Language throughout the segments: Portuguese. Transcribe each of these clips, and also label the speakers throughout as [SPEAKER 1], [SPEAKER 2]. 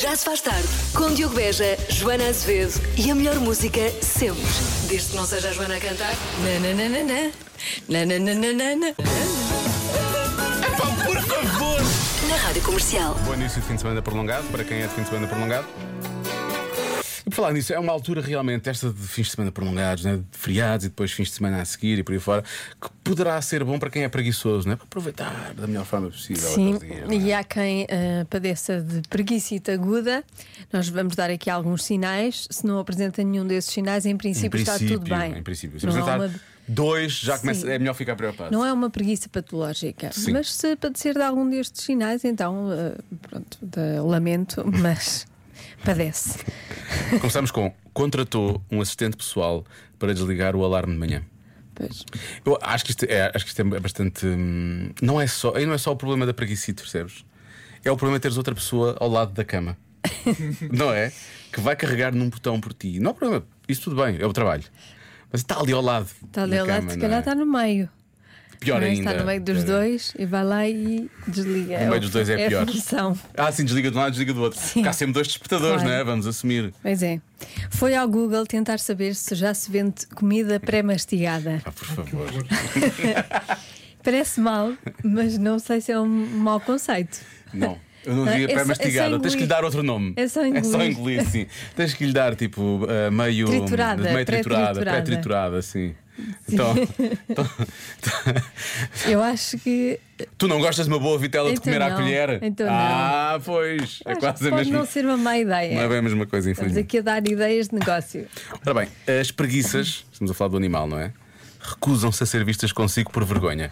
[SPEAKER 1] Já se faz tarde com Diogo Beja, Joana Azevedo e a melhor música sempre. Desde que não seja a Joana a cantar. Nananana. Nananana.
[SPEAKER 2] Pá, por favor!
[SPEAKER 1] Na rádio comercial.
[SPEAKER 2] Bom início de fim de semana prolongado, para quem é de fim de semana prolongado. E por falar nisso, é uma altura realmente, esta de fins de semana prolongados, né? de feriados e depois fins de semana a seguir e por aí fora, que poderá ser bom para quem é preguiçoso, né? para aproveitar da melhor forma possível.
[SPEAKER 3] Sim,
[SPEAKER 2] aqueles dias,
[SPEAKER 3] e
[SPEAKER 2] né?
[SPEAKER 3] há quem ah, padeça de preguiçita aguda. Nós vamos dar aqui alguns sinais. Se não apresenta nenhum desses sinais, em princípio,
[SPEAKER 2] em princípio,
[SPEAKER 3] tipo, está tudo bem.
[SPEAKER 2] Em princípio. Se
[SPEAKER 3] Não, há
[SPEAKER 2] apresentar
[SPEAKER 3] uma,
[SPEAKER 2] dois, já começa,
[SPEAKER 3] Sim.
[SPEAKER 2] é melhor ficar preocupado.
[SPEAKER 3] não é uma preguiça patológica.
[SPEAKER 2] Sim.
[SPEAKER 3] Mas se padecer de algum destes sinais, então, ah, pronto, de- lamento, mas padece. é?
[SPEAKER 2] Começamos com: contratou um assistente pessoal para desligar o alarme de manhã.
[SPEAKER 3] Pois.
[SPEAKER 2] Eu acho que isto é, acho que isto é bastante. hum, Não é só, aí não é só o problema da preguiça, percebes? É o problema de teres outra pessoa ao lado da cama. não é? Que vai carregar num botão por ti. Não há problema, isso tudo bem, é o trabalho. Mas está ali ao lado.
[SPEAKER 3] Está ali
[SPEAKER 2] da
[SPEAKER 3] ao lado,
[SPEAKER 2] cama,
[SPEAKER 3] se
[SPEAKER 2] não
[SPEAKER 3] calhar
[SPEAKER 2] é?
[SPEAKER 3] está no meio.
[SPEAKER 2] Pior
[SPEAKER 3] não é?
[SPEAKER 2] ainda.
[SPEAKER 3] Está no meio dos
[SPEAKER 2] Pior
[SPEAKER 3] dois e vai lá e desliga.
[SPEAKER 2] No meio dos dois é
[SPEAKER 3] a
[SPEAKER 2] pior.
[SPEAKER 3] função.
[SPEAKER 2] ainda. Ah, sim, desliga de um lado, desliga do outro.
[SPEAKER 3] Sim.
[SPEAKER 2] Cá há sempre dois despertadores,
[SPEAKER 3] Claro.
[SPEAKER 2] não é? Vamos assumir.
[SPEAKER 3] Pois é. Foi ao Google tentar saber se já se vende comida pré-mastigada.
[SPEAKER 2] Ah, por favor.
[SPEAKER 3] Parece mal, mas não sei se é um mau conceito.
[SPEAKER 2] Não. Eu não
[SPEAKER 3] Não,
[SPEAKER 2] diria
[SPEAKER 3] é só-
[SPEAKER 2] para
[SPEAKER 3] é só
[SPEAKER 2] mastigada, tens que lhe
[SPEAKER 3] engolir.
[SPEAKER 2] dar outro nome.
[SPEAKER 3] É só
[SPEAKER 2] É só
[SPEAKER 3] engolir.
[SPEAKER 2] engolir, sim. Tens que lhe dar tipo ah, meio.
[SPEAKER 3] Triturada,
[SPEAKER 2] meio triturada,
[SPEAKER 3] pré-triturada.
[SPEAKER 2] pré-triturada, sim. Então, então-
[SPEAKER 3] Eu acho que.
[SPEAKER 2] tu não gostas de uma boa vitela de
[SPEAKER 3] Então
[SPEAKER 2] comer à
[SPEAKER 3] não,
[SPEAKER 2] colher?
[SPEAKER 3] então não.
[SPEAKER 2] ah, pois. É
[SPEAKER 3] acho
[SPEAKER 2] quase
[SPEAKER 3] que
[SPEAKER 2] a
[SPEAKER 3] pode
[SPEAKER 2] mesma.
[SPEAKER 3] não ser uma má ideia.
[SPEAKER 2] Não é bem a mesma coisa,
[SPEAKER 3] Estamos
[SPEAKER 2] infelizmente.
[SPEAKER 3] aqui a dar ideias de negócio.
[SPEAKER 2] Ora bem, as preguiças, estamos a falar do animal, não é? Recusam-se a ser vistas consigo por vergonha.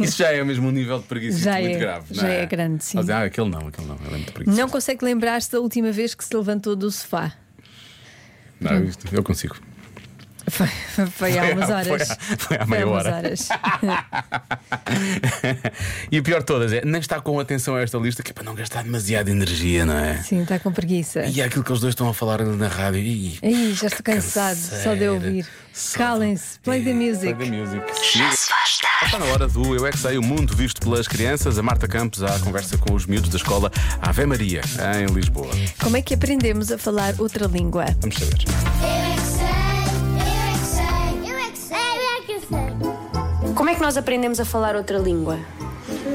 [SPEAKER 2] Isso já é mesmo um nível de preguiça
[SPEAKER 3] Já
[SPEAKER 2] muito
[SPEAKER 3] é-
[SPEAKER 2] grave,
[SPEAKER 3] já
[SPEAKER 2] não é?
[SPEAKER 3] é grande, sim.
[SPEAKER 2] Ah, aquele não, aquele não, ele é muito preguiçoso.
[SPEAKER 3] Não consegue lembrar-se da última vez que se levantou do sofá.
[SPEAKER 2] não isto- eu consigo.
[SPEAKER 3] Foi, foi há umas
[SPEAKER 2] há-
[SPEAKER 3] horas.
[SPEAKER 2] Foi, há- foi há
[SPEAKER 3] Foi
[SPEAKER 2] meia
[SPEAKER 3] há umas
[SPEAKER 2] hora.
[SPEAKER 3] horas.
[SPEAKER 2] e o pior de todas é, nem está com atenção a esta lista, que é para não gastar demasiada energia, não é?
[SPEAKER 3] Sim, está com preguiça.
[SPEAKER 2] E é aquilo que os dois estão a falar na rádio. Ih,
[SPEAKER 3] Aí, já estou
[SPEAKER 2] que
[SPEAKER 3] cansado só de
[SPEAKER 2] canseira.
[SPEAKER 3] ouvir.
[SPEAKER 2] Só-
[SPEAKER 3] Calem-se, play the
[SPEAKER 2] Ih,
[SPEAKER 3] music.
[SPEAKER 2] Play the music. Está na hora do Eu é que sei, o mundo visto pelas crianças. A Marta Campos à conversa com os miúdos da escola Ave Maria, em Lisboa.
[SPEAKER 3] Como é que aprendemos a falar outra língua?
[SPEAKER 2] Vamos saber.
[SPEAKER 4] Como é que nós aprendemos a falar outra língua?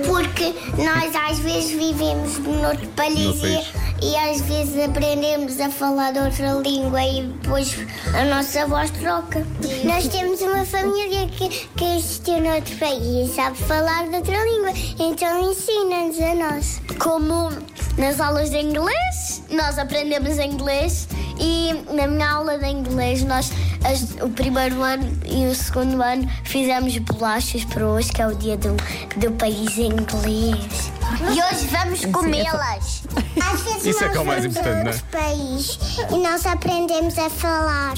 [SPEAKER 5] Porque nós às vezes vivemos noutro
[SPEAKER 2] Noutro
[SPEAKER 5] país,
[SPEAKER 2] país.
[SPEAKER 5] E, e às vezes aprendemos a falar outra língua e depois a nossa voz troca. Nós temos uma família que, que existiu noutro país e sabe falar de outra língua, então ensina-nos a nós. Como nas aulas de inglês, nós aprendemos inglês e na minha aula de inglês nós as- o primeiro ano e o segundo ano fizemos bolachas para hoje, que é o dia do, do país inglês. E hoje vamos comê-las. Às vezes
[SPEAKER 2] Isso é
[SPEAKER 5] nós
[SPEAKER 2] que é o mais
[SPEAKER 5] vamos a
[SPEAKER 2] importante, é?
[SPEAKER 5] outro país e nós aprendemos a falar.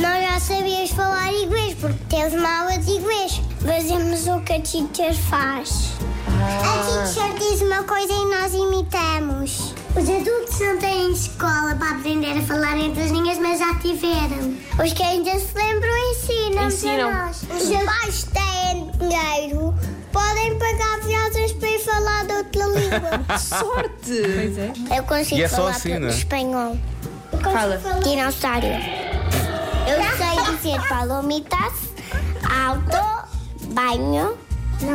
[SPEAKER 5] Nós já sabíamos falar inglês porque temos uma aula de inglês. Fazemos o que a teacher faz. A teacher diz uma coisa e nós imitamos. Os adultos não têm escola para aprender a falar entre as linhas, mas já tiveram. Os que ainda se lembram ensinam,
[SPEAKER 4] Ensinam.
[SPEAKER 5] a nós. Os pais têm dinheiro, podem pagar viagens para ir falar de outra língua.
[SPEAKER 3] Sorte! Pois é.
[SPEAKER 5] Eu consigo
[SPEAKER 2] E é só
[SPEAKER 5] falar
[SPEAKER 2] assim,
[SPEAKER 5] pa-
[SPEAKER 2] né?
[SPEAKER 5] espanhol.
[SPEAKER 4] Fala.
[SPEAKER 5] Dinossauro. Eu sei dizer palomitas, alto, banho.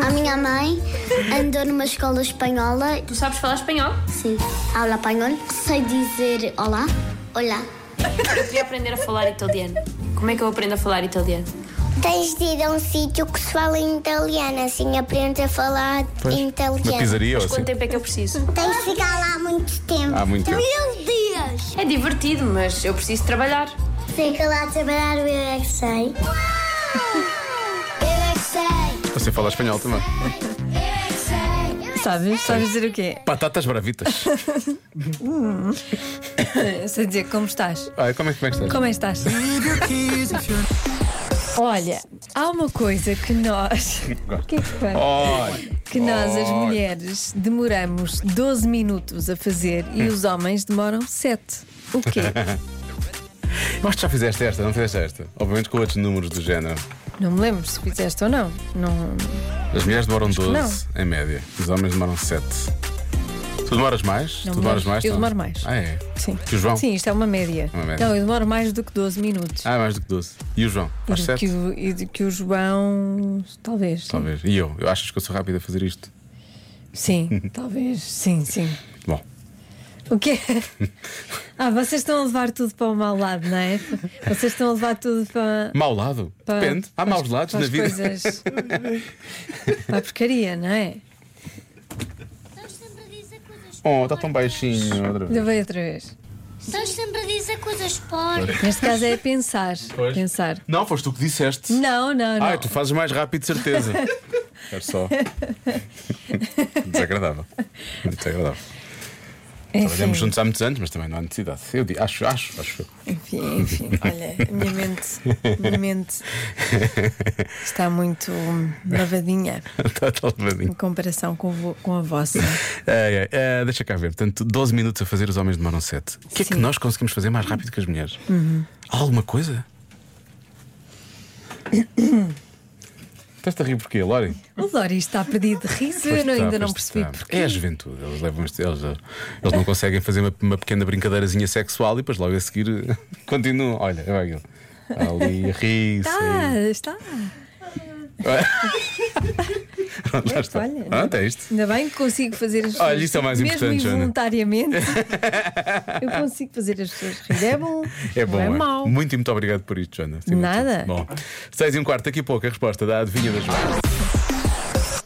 [SPEAKER 5] A minha mãe andou numa escola espanhola.
[SPEAKER 4] Tu sabes falar espanhol?
[SPEAKER 5] Sim, aula espanhol. Sei dizer olá, olá.
[SPEAKER 4] Eu queria aprender a falar italiano. Como é que eu aprendo a falar italiano?
[SPEAKER 5] Tens de ir a um sítio que se fala em italiano, assim aprendes a falar em
[SPEAKER 2] Uma
[SPEAKER 5] italiano.
[SPEAKER 2] pizzaria ou assim?
[SPEAKER 4] Quanto tempo é que eu preciso?
[SPEAKER 5] Tens de ficar lá muito tempo.
[SPEAKER 2] Há muito tempo.
[SPEAKER 5] Mil dias.
[SPEAKER 4] É divertido, mas eu preciso trabalhar.
[SPEAKER 5] Fica lá a trabalhar o Eu É Que Sei. Eu é que sei.
[SPEAKER 2] Você assim fala espanhol também.
[SPEAKER 5] Eu é que sei. Eu é que
[SPEAKER 3] Sabes? Sabes dizer o quê?
[SPEAKER 2] Batatas bravitas.
[SPEAKER 3] Sei dizer como estás.
[SPEAKER 2] Ai, como é que como é que estás?
[SPEAKER 3] Como é que estás? Olha, há uma coisa que nós. O que é que foi?
[SPEAKER 2] Oh, Olha,
[SPEAKER 3] Que nós, as
[SPEAKER 2] olha.
[SPEAKER 3] mulheres, demoramos 12 minutos a fazer e os homens demoram 7. O quê?
[SPEAKER 2] Eu acho que já fizeste esta, não fizeste esta? Obviamente com outros números do género.
[SPEAKER 3] Não me lembro se fizeste ou não. não...
[SPEAKER 2] As mulheres demoram
[SPEAKER 3] que
[SPEAKER 2] 12 em média, os homens demoram 7. Tu demoras mais?
[SPEAKER 3] Não,
[SPEAKER 2] tu demoras
[SPEAKER 3] demoro.
[SPEAKER 2] mais?
[SPEAKER 3] Eu
[SPEAKER 2] Tá.
[SPEAKER 3] demoro mais.
[SPEAKER 2] Ah, é?
[SPEAKER 3] Sim.
[SPEAKER 2] E o João?
[SPEAKER 3] Sim, isto é uma média.
[SPEAKER 2] Uma média.
[SPEAKER 3] Não, eu demoro mais do que 12 minutos.
[SPEAKER 2] Ah, é mais do que 12. E o João?
[SPEAKER 3] e,
[SPEAKER 2] Faz
[SPEAKER 3] do que
[SPEAKER 2] 7?
[SPEAKER 3] o, e do que o João. Talvez. sim.
[SPEAKER 2] Talvez. E eu? Eu achas que eu sou rápido a fazer isto?
[SPEAKER 3] Sim, talvez. Sim, sim.
[SPEAKER 2] Bom,
[SPEAKER 3] O quê? Ah, vocês estão a levar tudo para o mau lado, não é? Vocês estão a levar tudo para.
[SPEAKER 2] mau lado?
[SPEAKER 3] para-
[SPEAKER 2] Depende.
[SPEAKER 3] para
[SPEAKER 2] Há
[SPEAKER 3] as-
[SPEAKER 2] maus lados
[SPEAKER 3] para
[SPEAKER 2] na
[SPEAKER 3] as
[SPEAKER 2] vida.
[SPEAKER 3] Coisas... para a porcaria, não é?
[SPEAKER 5] Estás sempre a dizer coisas
[SPEAKER 2] Oh, está tão baixinho. outra vez.
[SPEAKER 3] Ainda bem outra vez.
[SPEAKER 5] Estás sempre a dizer coisas porcas.
[SPEAKER 3] Neste caso é pensar.
[SPEAKER 2] Pois.
[SPEAKER 3] Pensar.
[SPEAKER 2] Não, foste tu que disseste.
[SPEAKER 3] Não, não, não.
[SPEAKER 2] Ah, tu fazes mais rápido, de certeza. Quero só. Desagradável. Desagradável.
[SPEAKER 3] enfim,
[SPEAKER 2] Trabalhamos juntos há muitos anos, mas também não há necessidade. Eu di- acho, acho, acho. eu.
[SPEAKER 3] enfim, enfim. é assim. Olha, a minha mente, a minha mente está muito lavadinha
[SPEAKER 2] Está tá levadinho.
[SPEAKER 3] em comparação com, vo- com a vossa.
[SPEAKER 2] Ai, ai, eh, deixa cá ver. Portanto, 12 minutos a fazer, os homens demoram 7. O que é que
[SPEAKER 3] Sim. Uhum.
[SPEAKER 2] nós conseguimos fazer mais rápido que as mulheres? Há alguma coisa? Estás-te a rir porquê, Lori?
[SPEAKER 3] O Dori está perdido de riso, eu não-
[SPEAKER 2] Pois está,
[SPEAKER 3] ainda não
[SPEAKER 2] pois
[SPEAKER 3] percebi
[SPEAKER 2] está.
[SPEAKER 3] porquê.
[SPEAKER 2] É a juventude. Eles, levam este- eles, eles não conseguem fazer uma, uma pequena brincadeirazinha sexual e depois logo a seguir eh, continuam. Olha, vai ele. Ali, ri-se.
[SPEAKER 3] Está, Tá, está.
[SPEAKER 2] Pronto, já está.
[SPEAKER 3] Olha,
[SPEAKER 2] Pronto, é isto.
[SPEAKER 3] Ainda bem que consigo fazer as pessoas.
[SPEAKER 2] Olha, isso é o mais
[SPEAKER 3] mesmo
[SPEAKER 2] importante, Joana.
[SPEAKER 3] involuntariamente. eu consigo fazer as pessoas rir. É bom.
[SPEAKER 2] É bom,
[SPEAKER 3] não é,
[SPEAKER 2] é?
[SPEAKER 3] mau.
[SPEAKER 2] Muito e muito obrigado por isto, Joana. Sim,
[SPEAKER 3] Nada.
[SPEAKER 2] muito. Bom, 6 e um quarto, daqui a pouco a resposta da adivinha das Joana.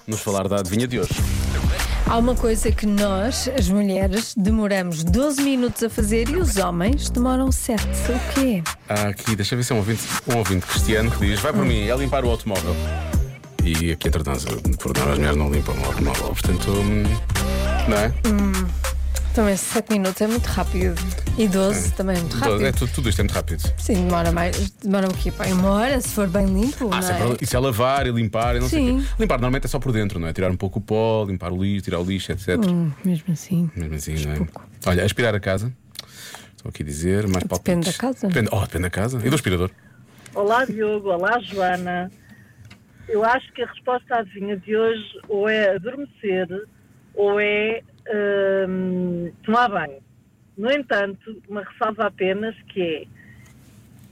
[SPEAKER 2] Vamos falar da adivinha de hoje.
[SPEAKER 3] Há uma coisa que nós, as mulheres, demoramos 12 minutos a fazer e os homens demoram 7. O quê?
[SPEAKER 2] Há aqui, deixa eu ver se é um ouvinte, um ouvinte cristiano que diz: vai por mim, é limpar o automóvel. E aqui, entretanto, por norma, as mulheres não limpam o automóvel, portanto. hum, Não é?
[SPEAKER 3] Hum, Também 7 minutos é muito rápido. E 12 também é muito rápido.
[SPEAKER 2] É tudo, tudo isto é muito rápido.
[SPEAKER 3] Sim, demora mais. Demora o quê? Pá, Uma hora, se for bem limpo. não
[SPEAKER 2] Ah, isso é
[SPEAKER 3] é?
[SPEAKER 2] para- isso é lavar e limpar e não sei o quê.
[SPEAKER 3] Sim.
[SPEAKER 2] Limpar normalmente é só por dentro, não é? Tirar um pouco o pó, limpar o lixo, tirar o lixo, etc.
[SPEAKER 3] Hum, mesmo assim.
[SPEAKER 2] Mesmo assim, não é?
[SPEAKER 3] pouco.
[SPEAKER 2] Olha, aspirar a casa. Estou aqui a dizer, mais
[SPEAKER 3] Depende
[SPEAKER 2] palpites.
[SPEAKER 3] da casa.
[SPEAKER 2] Depende, oh, depende da casa. E do aspirador.
[SPEAKER 6] Olá Diogo, olá Joana. Eu acho que a resposta à adivinha de hoje ou é adormecer ou é hum, tomar banho. No entanto, uma ressalva apenas que é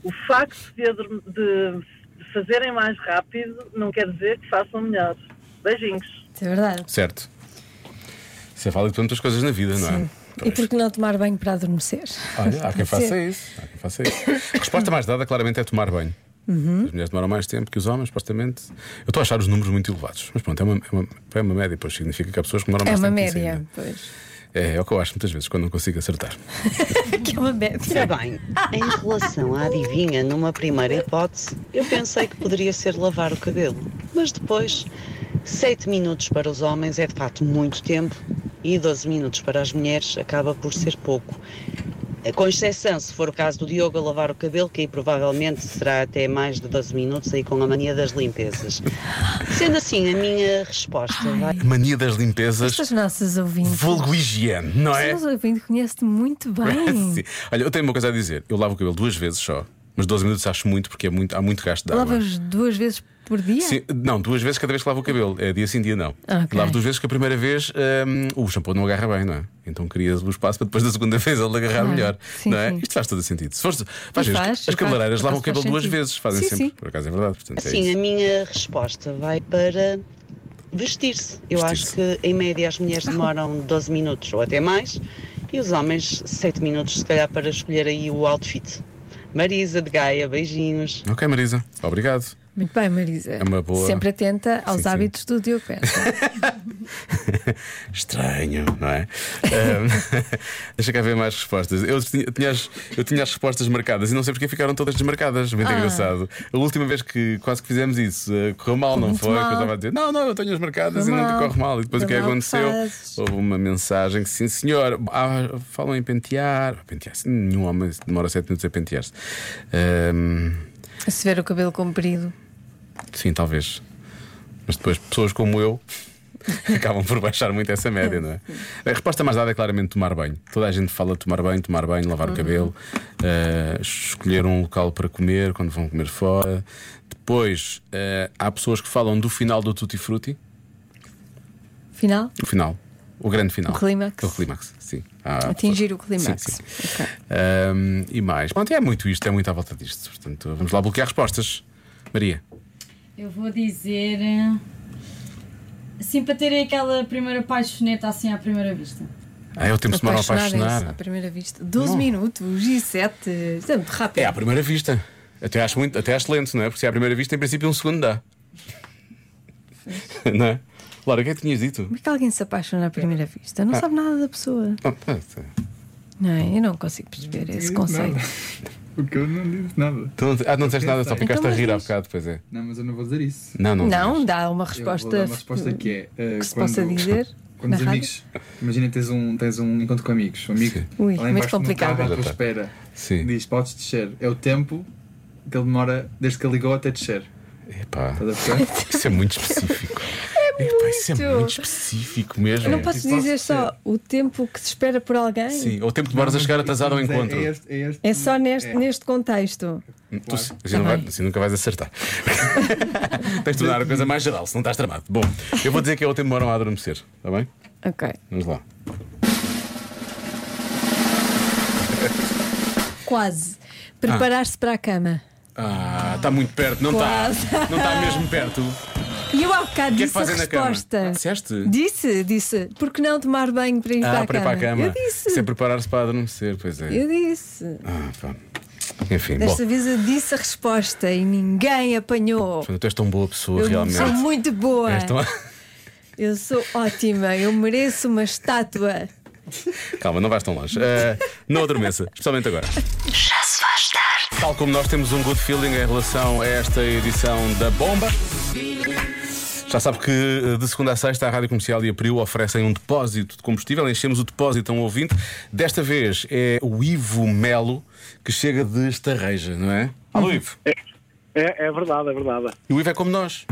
[SPEAKER 6] o facto de, adorme- de- de fazerem mais rápido não quer dizer que façam melhor. Beijinhos.
[SPEAKER 3] Isso é verdade.
[SPEAKER 2] Certo. Isso é válido para muitas coisas na vida, não é?
[SPEAKER 3] E por que não tomar banho para adormecer?
[SPEAKER 2] Olha, há
[SPEAKER 3] Pode
[SPEAKER 2] quem faça
[SPEAKER 3] ser.
[SPEAKER 2] isso. Há quem faça isso. A resposta mais dada, claramente, é tomar banho.
[SPEAKER 3] Uhum.
[SPEAKER 2] As mulheres demoram mais tempo que os homens, supostamente. Eu estou a achar os números muito elevados. Mas pronto, é uma, é uma, é uma média, pois significa que há pessoas que demoram
[SPEAKER 3] É
[SPEAKER 2] mais
[SPEAKER 3] uma
[SPEAKER 2] tempo. que isso
[SPEAKER 3] média,
[SPEAKER 2] ainda.
[SPEAKER 3] pois.
[SPEAKER 2] É, é o que eu acho muitas vezes, quando não consigo acertar.
[SPEAKER 3] Que é uma média.
[SPEAKER 7] Ora bem, em relação à adivinha, numa primeira hipótese, eu pensei que poderia ser lavar o cabelo. Mas depois, 7 minutos para os homens é de facto muito tempo e 12 minutos para as mulheres acaba por ser pouco. Com exceção, se for o caso do Diogo a lavar o cabelo, que aí provavelmente será até mais de 12 minutos, aí com a mania das limpezas. Sendo assim, a minha resposta vai.
[SPEAKER 2] A mania das limpezas,
[SPEAKER 3] Estas nossas ouvintes.
[SPEAKER 2] vulgo higiene, não é?
[SPEAKER 3] Estas nossas ouvintes conhece-te muito
[SPEAKER 2] Sim.
[SPEAKER 3] bem.
[SPEAKER 2] Olha, eu tenho uma coisa a dizer. Eu lavo o cabelo duas vezes só, mas 12 minutos acho muito porque é muito, há muito gasto de água.
[SPEAKER 3] Lavas duas vezes por dia?
[SPEAKER 2] Sim, não, duas vezes cada vez que lavo o cabelo. É dia sim, dia não.
[SPEAKER 3] Ah, ok.
[SPEAKER 2] Lavo duas vezes, que a primeira vez hum, o shampoo não agarra bem, não é? Então querias o espaço para depois da segunda vez ele agarrar
[SPEAKER 3] Claro.
[SPEAKER 2] melhor.
[SPEAKER 3] Ah, Sim,
[SPEAKER 2] não é?
[SPEAKER 3] sim.
[SPEAKER 2] Isto faz todo o sentido. Se fores, faz
[SPEAKER 3] E
[SPEAKER 2] ver,
[SPEAKER 3] faz,
[SPEAKER 2] as
[SPEAKER 3] faz,
[SPEAKER 2] cabeleireiras
[SPEAKER 3] por
[SPEAKER 2] lavam o
[SPEAKER 3] acaso faz
[SPEAKER 2] cabelo duas
[SPEAKER 3] sentido.
[SPEAKER 2] vezes, fazem
[SPEAKER 3] Sim,
[SPEAKER 2] sempre.
[SPEAKER 3] sim.
[SPEAKER 2] Por acaso é verdade. Portanto, é
[SPEAKER 7] Sim, Assim, a
[SPEAKER 2] isso.
[SPEAKER 7] minha resposta vai para vestir-se. Eu acho que em média as
[SPEAKER 2] Ah.
[SPEAKER 7] mulheres demoram 12 minutos ou até mais e os homens 7 minutos, se calhar, para escolher aí o outfit. Marisa de Gaia, beijinhos.
[SPEAKER 2] Ok, Marisa, obrigado.
[SPEAKER 3] Muito bem, Marisa.
[SPEAKER 2] É uma boa-
[SPEAKER 3] Sempre atenta aos
[SPEAKER 2] Sim, sim.
[SPEAKER 3] hábitos do Diogo Peça.
[SPEAKER 2] Estranho, não é? Ahm, deixa cá ver mais respostas. Eu tinha, tinha as, eu tinha as respostas marcadas e não sei porque ficaram todas desmarcadas. Muito
[SPEAKER 3] Ah.
[SPEAKER 2] engraçado. A última vez que quase que fizemos isso, eh, correu mal, não
[SPEAKER 3] Muito
[SPEAKER 2] foi? Que eu
[SPEAKER 3] mal.
[SPEAKER 2] estava a dizer, não, não, eu tenho as marcadas
[SPEAKER 3] Correu
[SPEAKER 2] e nunca
[SPEAKER 3] mal.
[SPEAKER 2] corre mal. E depois o que
[SPEAKER 3] Correu mal,
[SPEAKER 2] aconteceu?
[SPEAKER 3] fazes.
[SPEAKER 2] Houve uma mensagem que, sim, senhor, ah, falam em pentear. Pentear-se, nenhum homem demora 7 minutos a pentear-se. Ahm,
[SPEAKER 3] Se tiver o cabelo comprido.
[SPEAKER 2] Sim, talvez. Mas depois, pessoas como eu acabam por baixar muito essa média, não é? A resposta mais dada é claramente tomar banho. Toda a gente fala de tomar banho, tomar banho,
[SPEAKER 3] Uhum.
[SPEAKER 2] lavar o cabelo, eh, escolher um local para comer quando vão comer fora. Depois, eh, há pessoas que falam do final do Tutti Frutti.
[SPEAKER 3] Final?
[SPEAKER 2] O final. O grande final. É
[SPEAKER 3] O clímax.
[SPEAKER 2] O clímax, sim. Há-
[SPEAKER 3] Atingir o clímax.
[SPEAKER 2] Sim, sim.
[SPEAKER 3] Ok.
[SPEAKER 2] Ahm, e mais. Pronto, é muito isto, é muito à volta disto. Portanto, vamos lá bloquear respostas. Maria.
[SPEAKER 8] Eu vou dizer. eh, Assim, para terem aquela primeira paixoneta assim à primeira vista.
[SPEAKER 2] Ah, é o tempo de semana a
[SPEAKER 3] Apaixonada-se à
[SPEAKER 2] apaixonar.
[SPEAKER 3] primeira vista. 12 minutos e 7. Isto é muito rápido.
[SPEAKER 2] É à primeira vista. Até acho, muito, até acho lento, não é? Porque se é à primeira vista, em princípio, um segundo dá. não é? Laura, o que é que tinhas dito?
[SPEAKER 3] Como é que alguém se apaixona à primeira vista?
[SPEAKER 2] Ah.
[SPEAKER 3] Não sabe nada da pessoa.
[SPEAKER 2] Não, tá-
[SPEAKER 3] Não, é? eu não consigo perceber esse
[SPEAKER 9] Não,
[SPEAKER 3] conceito.
[SPEAKER 9] nada. Porque eu não disse nada.
[SPEAKER 2] Tu não, ah, não disseste nada, só
[SPEAKER 9] Então,
[SPEAKER 2] ficaste a
[SPEAKER 3] mas
[SPEAKER 2] rir há
[SPEAKER 3] diz.
[SPEAKER 2] bocado, pois é.
[SPEAKER 9] Não, mas eu não vou dizer isso.
[SPEAKER 2] Não, não.
[SPEAKER 3] Não,
[SPEAKER 2] disseste.
[SPEAKER 3] dá uma
[SPEAKER 9] eu
[SPEAKER 3] resposta,
[SPEAKER 9] vou dar uma resposta que é. eh,
[SPEAKER 3] que se
[SPEAKER 9] quando-
[SPEAKER 3] possa dizer.
[SPEAKER 9] Quando
[SPEAKER 3] na
[SPEAKER 9] os
[SPEAKER 3] rádio.
[SPEAKER 9] amigos. Imagina tens um, tens um encontro com amigos. Um amigo.
[SPEAKER 2] Sim.
[SPEAKER 3] Ui,
[SPEAKER 9] lá
[SPEAKER 3] muito
[SPEAKER 9] embaixo no
[SPEAKER 3] complicado.
[SPEAKER 9] carro à
[SPEAKER 2] Já
[SPEAKER 9] tua
[SPEAKER 2] tá.
[SPEAKER 9] espera.
[SPEAKER 2] Sim.
[SPEAKER 9] Diz: podes descer. É o tempo que ele demora desde que ele ligou até descer.
[SPEAKER 2] Epá,
[SPEAKER 9] Estás a perceber?
[SPEAKER 2] isso é muito específico. É Epá, isso é muito específico mesmo.
[SPEAKER 3] Eu não posso
[SPEAKER 9] Isso pode
[SPEAKER 3] dizer só
[SPEAKER 9] ser.
[SPEAKER 3] o tempo que se espera por alguém.
[SPEAKER 2] tipo, Sim, ou o tempo que demoras a chegar atrasado ao
[SPEAKER 9] Mas é-
[SPEAKER 2] encontro.
[SPEAKER 9] É, este, é, este-
[SPEAKER 3] É só neste,
[SPEAKER 9] é.
[SPEAKER 3] neste contexto.
[SPEAKER 2] Tu, assim, não vai- assim nunca vais acertar. Tens de tornar a coisa mais geral, se não estás tramado. Bom, eu vou dizer que é o tempo que demoram a adormecer, está bem?
[SPEAKER 3] Ok.
[SPEAKER 2] Vamos lá.
[SPEAKER 3] Quase. Preparar-se para a cama.
[SPEAKER 2] Ah, está muito perto, não está?
[SPEAKER 3] Quase.
[SPEAKER 2] Não está mesmo perto.
[SPEAKER 3] E eu há bocado
[SPEAKER 2] que é que
[SPEAKER 3] disse a
[SPEAKER 2] fazem na cama?
[SPEAKER 3] resposta.
[SPEAKER 2] Disseste?
[SPEAKER 3] Disse, disse. Por que não tomar banho para ir, para,
[SPEAKER 2] Ah,
[SPEAKER 3] a
[SPEAKER 2] para ir para a cama.
[SPEAKER 3] Eu disse.
[SPEAKER 2] Isso é preparar-se para adormecer, pois é.
[SPEAKER 3] Eu disse.
[SPEAKER 2] Ah, pá. Enfim, bom.
[SPEAKER 3] Desta vez eu disse a resposta e ninguém apanhou.
[SPEAKER 2] Tu és tão boa pessoa,
[SPEAKER 3] Eu
[SPEAKER 2] realmente. É, então
[SPEAKER 3] sou muito boa.
[SPEAKER 2] És tão-
[SPEAKER 3] Eu sou ótima. Eu mereço uma estátua.
[SPEAKER 2] Calma, não vais tão longe. Eh, não adormeça, especialmente agora. Já se faz tarde. Tal como nós temos um good feeling em relação a esta edição da Bomba. Já sabe que eh, de segunda a sexta a Rádio Comercial e a Priu oferecem um depósito de combustível. Enchemos o depósito a um ouvinte. Desta vez é o Ivo Melo que chega de Estarreja, não é? Alô, Ivo.
[SPEAKER 10] É, é verdade, é verdade.
[SPEAKER 2] E o Ivo é como nós.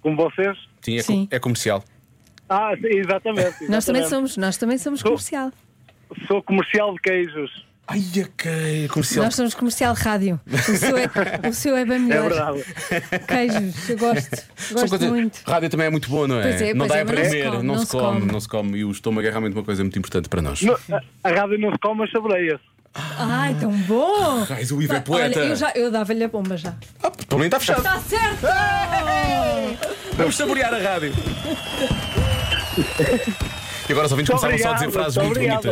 [SPEAKER 10] Como vocês?
[SPEAKER 2] Sim, é, co-
[SPEAKER 3] Sim.
[SPEAKER 2] é comercial.
[SPEAKER 10] Ah, sim, exatamente.
[SPEAKER 3] Nós também
[SPEAKER 10] exatamente.
[SPEAKER 3] somos, nós também somos comercial.
[SPEAKER 10] Sou comercial de queijos.
[SPEAKER 2] Ai, ok, comercial.
[SPEAKER 3] Nós somos comercial rádio. O seu é, o seu é bem
[SPEAKER 10] É
[SPEAKER 3] melhor.
[SPEAKER 10] verdade.
[SPEAKER 3] Queijos, eu gosto.
[SPEAKER 2] São
[SPEAKER 3] Gosto
[SPEAKER 2] coisas-
[SPEAKER 3] muito.
[SPEAKER 2] Rádio também é muito boa, não é?
[SPEAKER 3] Pois é,
[SPEAKER 2] não
[SPEAKER 3] pois
[SPEAKER 2] dá
[SPEAKER 3] é,
[SPEAKER 2] a
[SPEAKER 3] mas não se
[SPEAKER 2] aprender,
[SPEAKER 3] come,
[SPEAKER 2] não, se come, não se come. E o estômago é realmente uma coisa muito importante para nós.
[SPEAKER 10] No- a- a rádio não se come, mas saboreia-se.
[SPEAKER 3] Ai, tão bom!
[SPEAKER 2] Mas o Ivo é poeta.
[SPEAKER 3] Olha, eu, já- eu dava-lhe a bomba já.
[SPEAKER 2] Ah, também está fechado.
[SPEAKER 3] Está certo!
[SPEAKER 2] Vamos saborear a rádio. E agora os ouvintes
[SPEAKER 10] Muito
[SPEAKER 2] começavam só a dizer
[SPEAKER 10] obrigado,
[SPEAKER 2] frases
[SPEAKER 10] muito
[SPEAKER 2] muito
[SPEAKER 10] obrigado.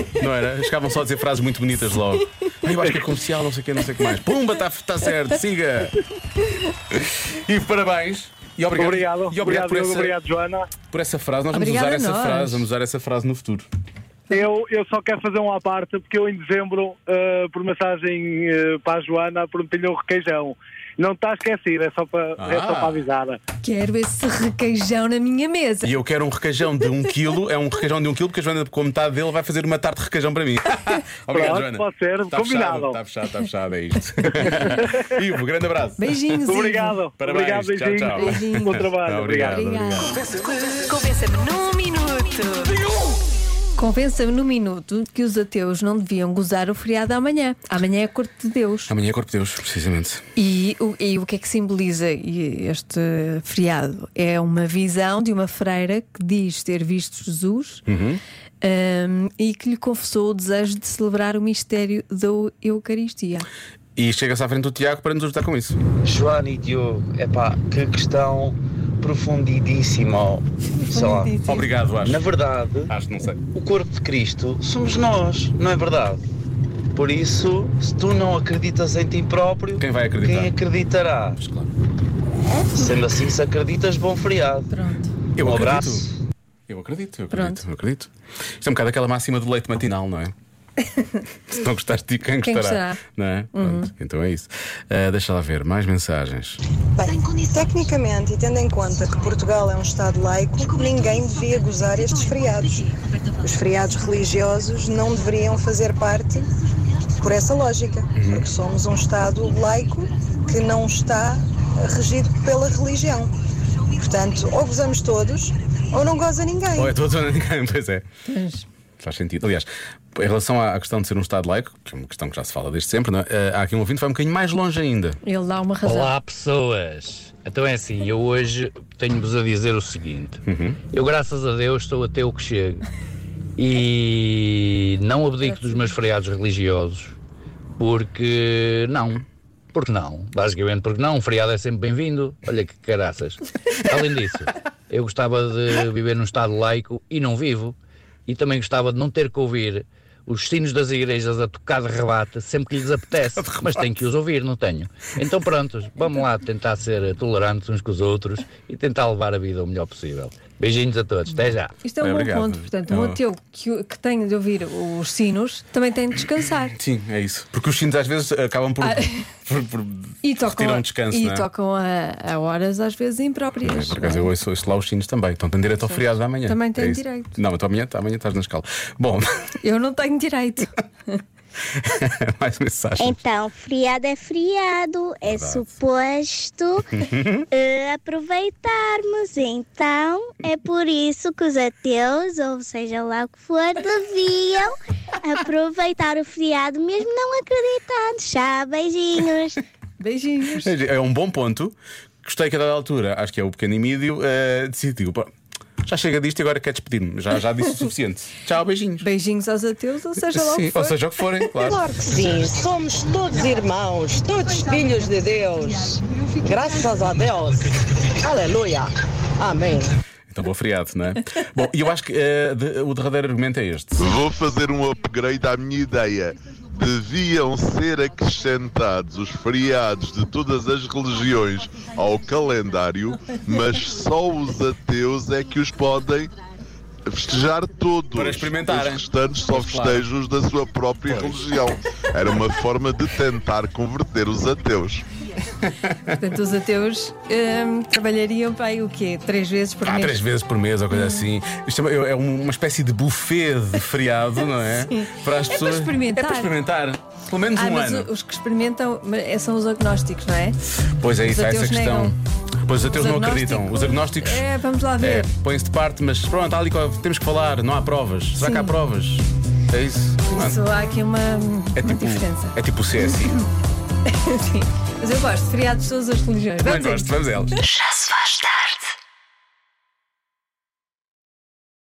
[SPEAKER 2] bonitas. Não era? Chegavam só a dizer frases muito bonitas logo. Ai, eu acho que é comercial, não sei o que, não sei o que mais. Pumba, está certo, siga. E parabéns. E obrigado.
[SPEAKER 10] Obrigado.
[SPEAKER 2] E obrigado, por, Uhum.
[SPEAKER 10] Diogo,
[SPEAKER 2] essa,
[SPEAKER 10] obrigado, Joana.
[SPEAKER 2] por essa frase. Nós vamos
[SPEAKER 3] Obrigada
[SPEAKER 2] usar
[SPEAKER 3] a
[SPEAKER 2] essa
[SPEAKER 3] nós.
[SPEAKER 2] frase, vamos usar essa frase no futuro.
[SPEAKER 10] Eu, eu só quero fazer um à parte, porque eu em dezembro, eh, por mensagem eh, para a Joana, prometi-lhe um requeijão. Não está esquecido, é só para, é só
[SPEAKER 2] Ah.
[SPEAKER 10] para avisar.
[SPEAKER 3] Quero esse requeijão na minha mesa.
[SPEAKER 2] E eu quero um requeijão de 1 um kg, é um requeijão de 1 um kg, porque a Joana, com metade dele, vai fazer uma tarde de requeijão para mim. Obrigado,
[SPEAKER 10] Pronto,
[SPEAKER 2] Joana.
[SPEAKER 10] pode ser,
[SPEAKER 2] Está
[SPEAKER 10] combinado.
[SPEAKER 2] Fechado, está fechado, está fechado, é isto. Ivo, grande abraço.
[SPEAKER 3] Beijinhos, Ivo.
[SPEAKER 10] Obrigado. Obrigado,
[SPEAKER 2] Parabéns, tchau,
[SPEAKER 10] beijinhos.
[SPEAKER 2] tchau.
[SPEAKER 3] Beijinhos.
[SPEAKER 10] Bom trabalho.
[SPEAKER 2] Obrigado.
[SPEAKER 10] obrigado.
[SPEAKER 3] Obrigada.
[SPEAKER 1] Convença-me num minuto.
[SPEAKER 3] Convença-me no minuto que os ateus não deviam gozar o feriado amanhã. Amanhã é a corte de Deus.
[SPEAKER 2] Amanhã é Corpo de Deus, precisamente.
[SPEAKER 3] E o, e o que é que simboliza este feriado? É uma visão de uma freira que diz ter visto Jesus
[SPEAKER 2] Uhum.
[SPEAKER 3] hum, e que lhe confessou o desejo de celebrar o mistério da Eucaristia.
[SPEAKER 2] E chega-se à frente do Tiago para nos ajudar com isso.
[SPEAKER 11] Joana e Diogo, epá, que questão profundidíssima. Sei lá.
[SPEAKER 2] Obrigado, acho.
[SPEAKER 11] Na verdade,
[SPEAKER 2] Acho, não sei.
[SPEAKER 11] o corpo de Cristo somos nós, não é verdade? Por isso, se tu não acreditas em ti próprio,
[SPEAKER 2] Quem vai acreditar?
[SPEAKER 11] Quem acreditará?
[SPEAKER 2] Mas claro.
[SPEAKER 11] Sendo assim, se acreditas, bom feriado.
[SPEAKER 3] Pronto.
[SPEAKER 2] Eu
[SPEAKER 11] um
[SPEAKER 2] acredito.
[SPEAKER 11] abraço.
[SPEAKER 2] Eu acredito, eu acredito,
[SPEAKER 3] Pronto.
[SPEAKER 2] eu acredito. Isto é um bocado aquela máxima do leite matinal, não é? Se não gostaste de ti, quem
[SPEAKER 3] Quem
[SPEAKER 2] gostará?
[SPEAKER 3] gostará?
[SPEAKER 2] Não é?
[SPEAKER 10] Uhum.
[SPEAKER 2] Pronto, então é isso. Ah, deixa lá ver, mais mensagens.
[SPEAKER 12] Tecnicamente, e tendo em conta que Portugal é um Estado laico, ninguém devia gozar estes feriados. Os feriados religiosos não deveriam fazer parte por essa lógica, porque somos um Estado laico que não está regido pela religião. Portanto, ou gozamos todos, ou não goza ninguém.
[SPEAKER 2] Ou é todos ou ninguém, pois é.
[SPEAKER 3] Mas
[SPEAKER 2] Faz sentido. Aliás, em relação à à questão de ser um Estado laico, que é uma questão que já se fala desde sempre, não é? Eh, há aqui um ouvinte que vai um bocadinho mais longe ainda.
[SPEAKER 3] Ele dá uma razão.
[SPEAKER 13] Olá, pessoas. Então é assim, eu hoje tenho-vos a dizer o seguinte.
[SPEAKER 11] Uhum.
[SPEAKER 13] Eu, graças a Deus, estou até o que chego. E não abdico dos meus feriados religiosos. Porque não. Porque não. Basicamente porque não. Um feriado é sempre bem-vindo. Olha que caraças. Além disso, eu gostava de viver num estado laico e não vivo. E também gostava de não ter que ouvir os sinos das igrejas a tocar de rebate sempre que lhes apetece. Mas tenho que os ouvir, não tenho. Então prontos, vamos lá tentar ser tolerantes uns com os outros e tentar levar a vida o melhor possível. Beijinhos a todos. Até já.
[SPEAKER 3] Isto é um bom ponto, portanto,
[SPEAKER 2] Então-
[SPEAKER 3] um ateu que, o- que tem de ouvir os sinos também tem de descansar.
[SPEAKER 2] Sim, é isso. Porque os sinos às vezes acabam por.
[SPEAKER 3] Ah.
[SPEAKER 2] por- por-
[SPEAKER 3] E tocam,
[SPEAKER 2] Retiram descanso,
[SPEAKER 3] e
[SPEAKER 2] não é?
[SPEAKER 3] tocam a, a horas às vezes
[SPEAKER 2] É,
[SPEAKER 3] impróprias.
[SPEAKER 2] por acaso eu ouço, ouço lá os sinos também. Então têm direito ao
[SPEAKER 3] Sim.
[SPEAKER 2] feriado da manhã.
[SPEAKER 3] Também têm
[SPEAKER 2] é isso.
[SPEAKER 3] direito.
[SPEAKER 2] Não, mas tu amanhã, amanhã estás na escala. Bom,
[SPEAKER 3] Eu não tenho direito.
[SPEAKER 2] mais mensagem.
[SPEAKER 14] Então, feriado é feriado, é
[SPEAKER 2] Verdade.
[SPEAKER 14] suposto eh, aproveitarmos. Então, é por isso que os ateus, ou seja lá o que for, deviam aproveitar o feriado, mesmo não acreditando. Tchau, beijinhos.
[SPEAKER 3] Beijinhos.
[SPEAKER 2] É um bom ponto. Gostei que a dada altura, acho que é o pequeno Emílio, eh, decidiu. "Pá, Já chega disto e agora quer despedir-me. Já, já disse o suficiente. Tchau, beijinhos.
[SPEAKER 3] Beijinhos aos ateus, ou seja lá o
[SPEAKER 2] Sim,
[SPEAKER 3] que for.
[SPEAKER 2] ou seja o que forem, claro.
[SPEAKER 3] Claro que
[SPEAKER 7] Sim, somos todos irmãos, todos filhos de Deus. Graças a Deus. Aleluia. Amém.
[SPEAKER 2] Então vou feriado, não é? Bom, e eu acho que eh, de- o derradeiro argumento é este.
[SPEAKER 15] Vou fazer um upgrade à minha ideia. Deviam ser acrescentados os feriados de todas as religiões ao calendário, mas só os ateus é que os podem festejar todos. Para experimentar. Os restantes só festejam os da sua própria religião. Era uma forma de tentar converter os ateus.
[SPEAKER 3] Portanto, os ateus hum, trabalhariam para aí o quê? Três vezes por
[SPEAKER 2] Há
[SPEAKER 3] mês.
[SPEAKER 2] três vezes por mês ou coisa assim. Isto é uma- é uma espécie de buffet de feriado, não é?
[SPEAKER 3] Sim.
[SPEAKER 2] Para as
[SPEAKER 3] É para
[SPEAKER 2] pessoas.
[SPEAKER 3] experimentar.
[SPEAKER 2] É para experimentar. Pelo menos
[SPEAKER 3] Ah,
[SPEAKER 2] um
[SPEAKER 3] mas
[SPEAKER 2] ano.
[SPEAKER 3] o- os que experimentam mas, é, são os agnósticos, não é?
[SPEAKER 2] Pois é,
[SPEAKER 3] Os
[SPEAKER 2] isso, há essa
[SPEAKER 3] ateus
[SPEAKER 2] questão.
[SPEAKER 3] negam.
[SPEAKER 2] Pois os ateus
[SPEAKER 3] Os
[SPEAKER 2] não
[SPEAKER 3] agnósticos-
[SPEAKER 2] acreditam. Os agnósticos.
[SPEAKER 3] É, vamos lá ver.
[SPEAKER 2] É, põem-se de parte, mas pronto, há ali co- temos que falar, não há provas. Será que há provas? É isso?
[SPEAKER 3] Por
[SPEAKER 2] Mano,
[SPEAKER 3] isso há aqui uma,
[SPEAKER 2] é
[SPEAKER 3] uma
[SPEAKER 2] tipo.
[SPEAKER 3] diferença.
[SPEAKER 2] É tipo o CSI.
[SPEAKER 3] Sim. Mas eu gosto, feriados de todas as religiões.
[SPEAKER 2] Também
[SPEAKER 3] Vamos a
[SPEAKER 2] gosto,
[SPEAKER 3] isto.
[SPEAKER 2] vamos a elas.
[SPEAKER 1] Já se faz tarde.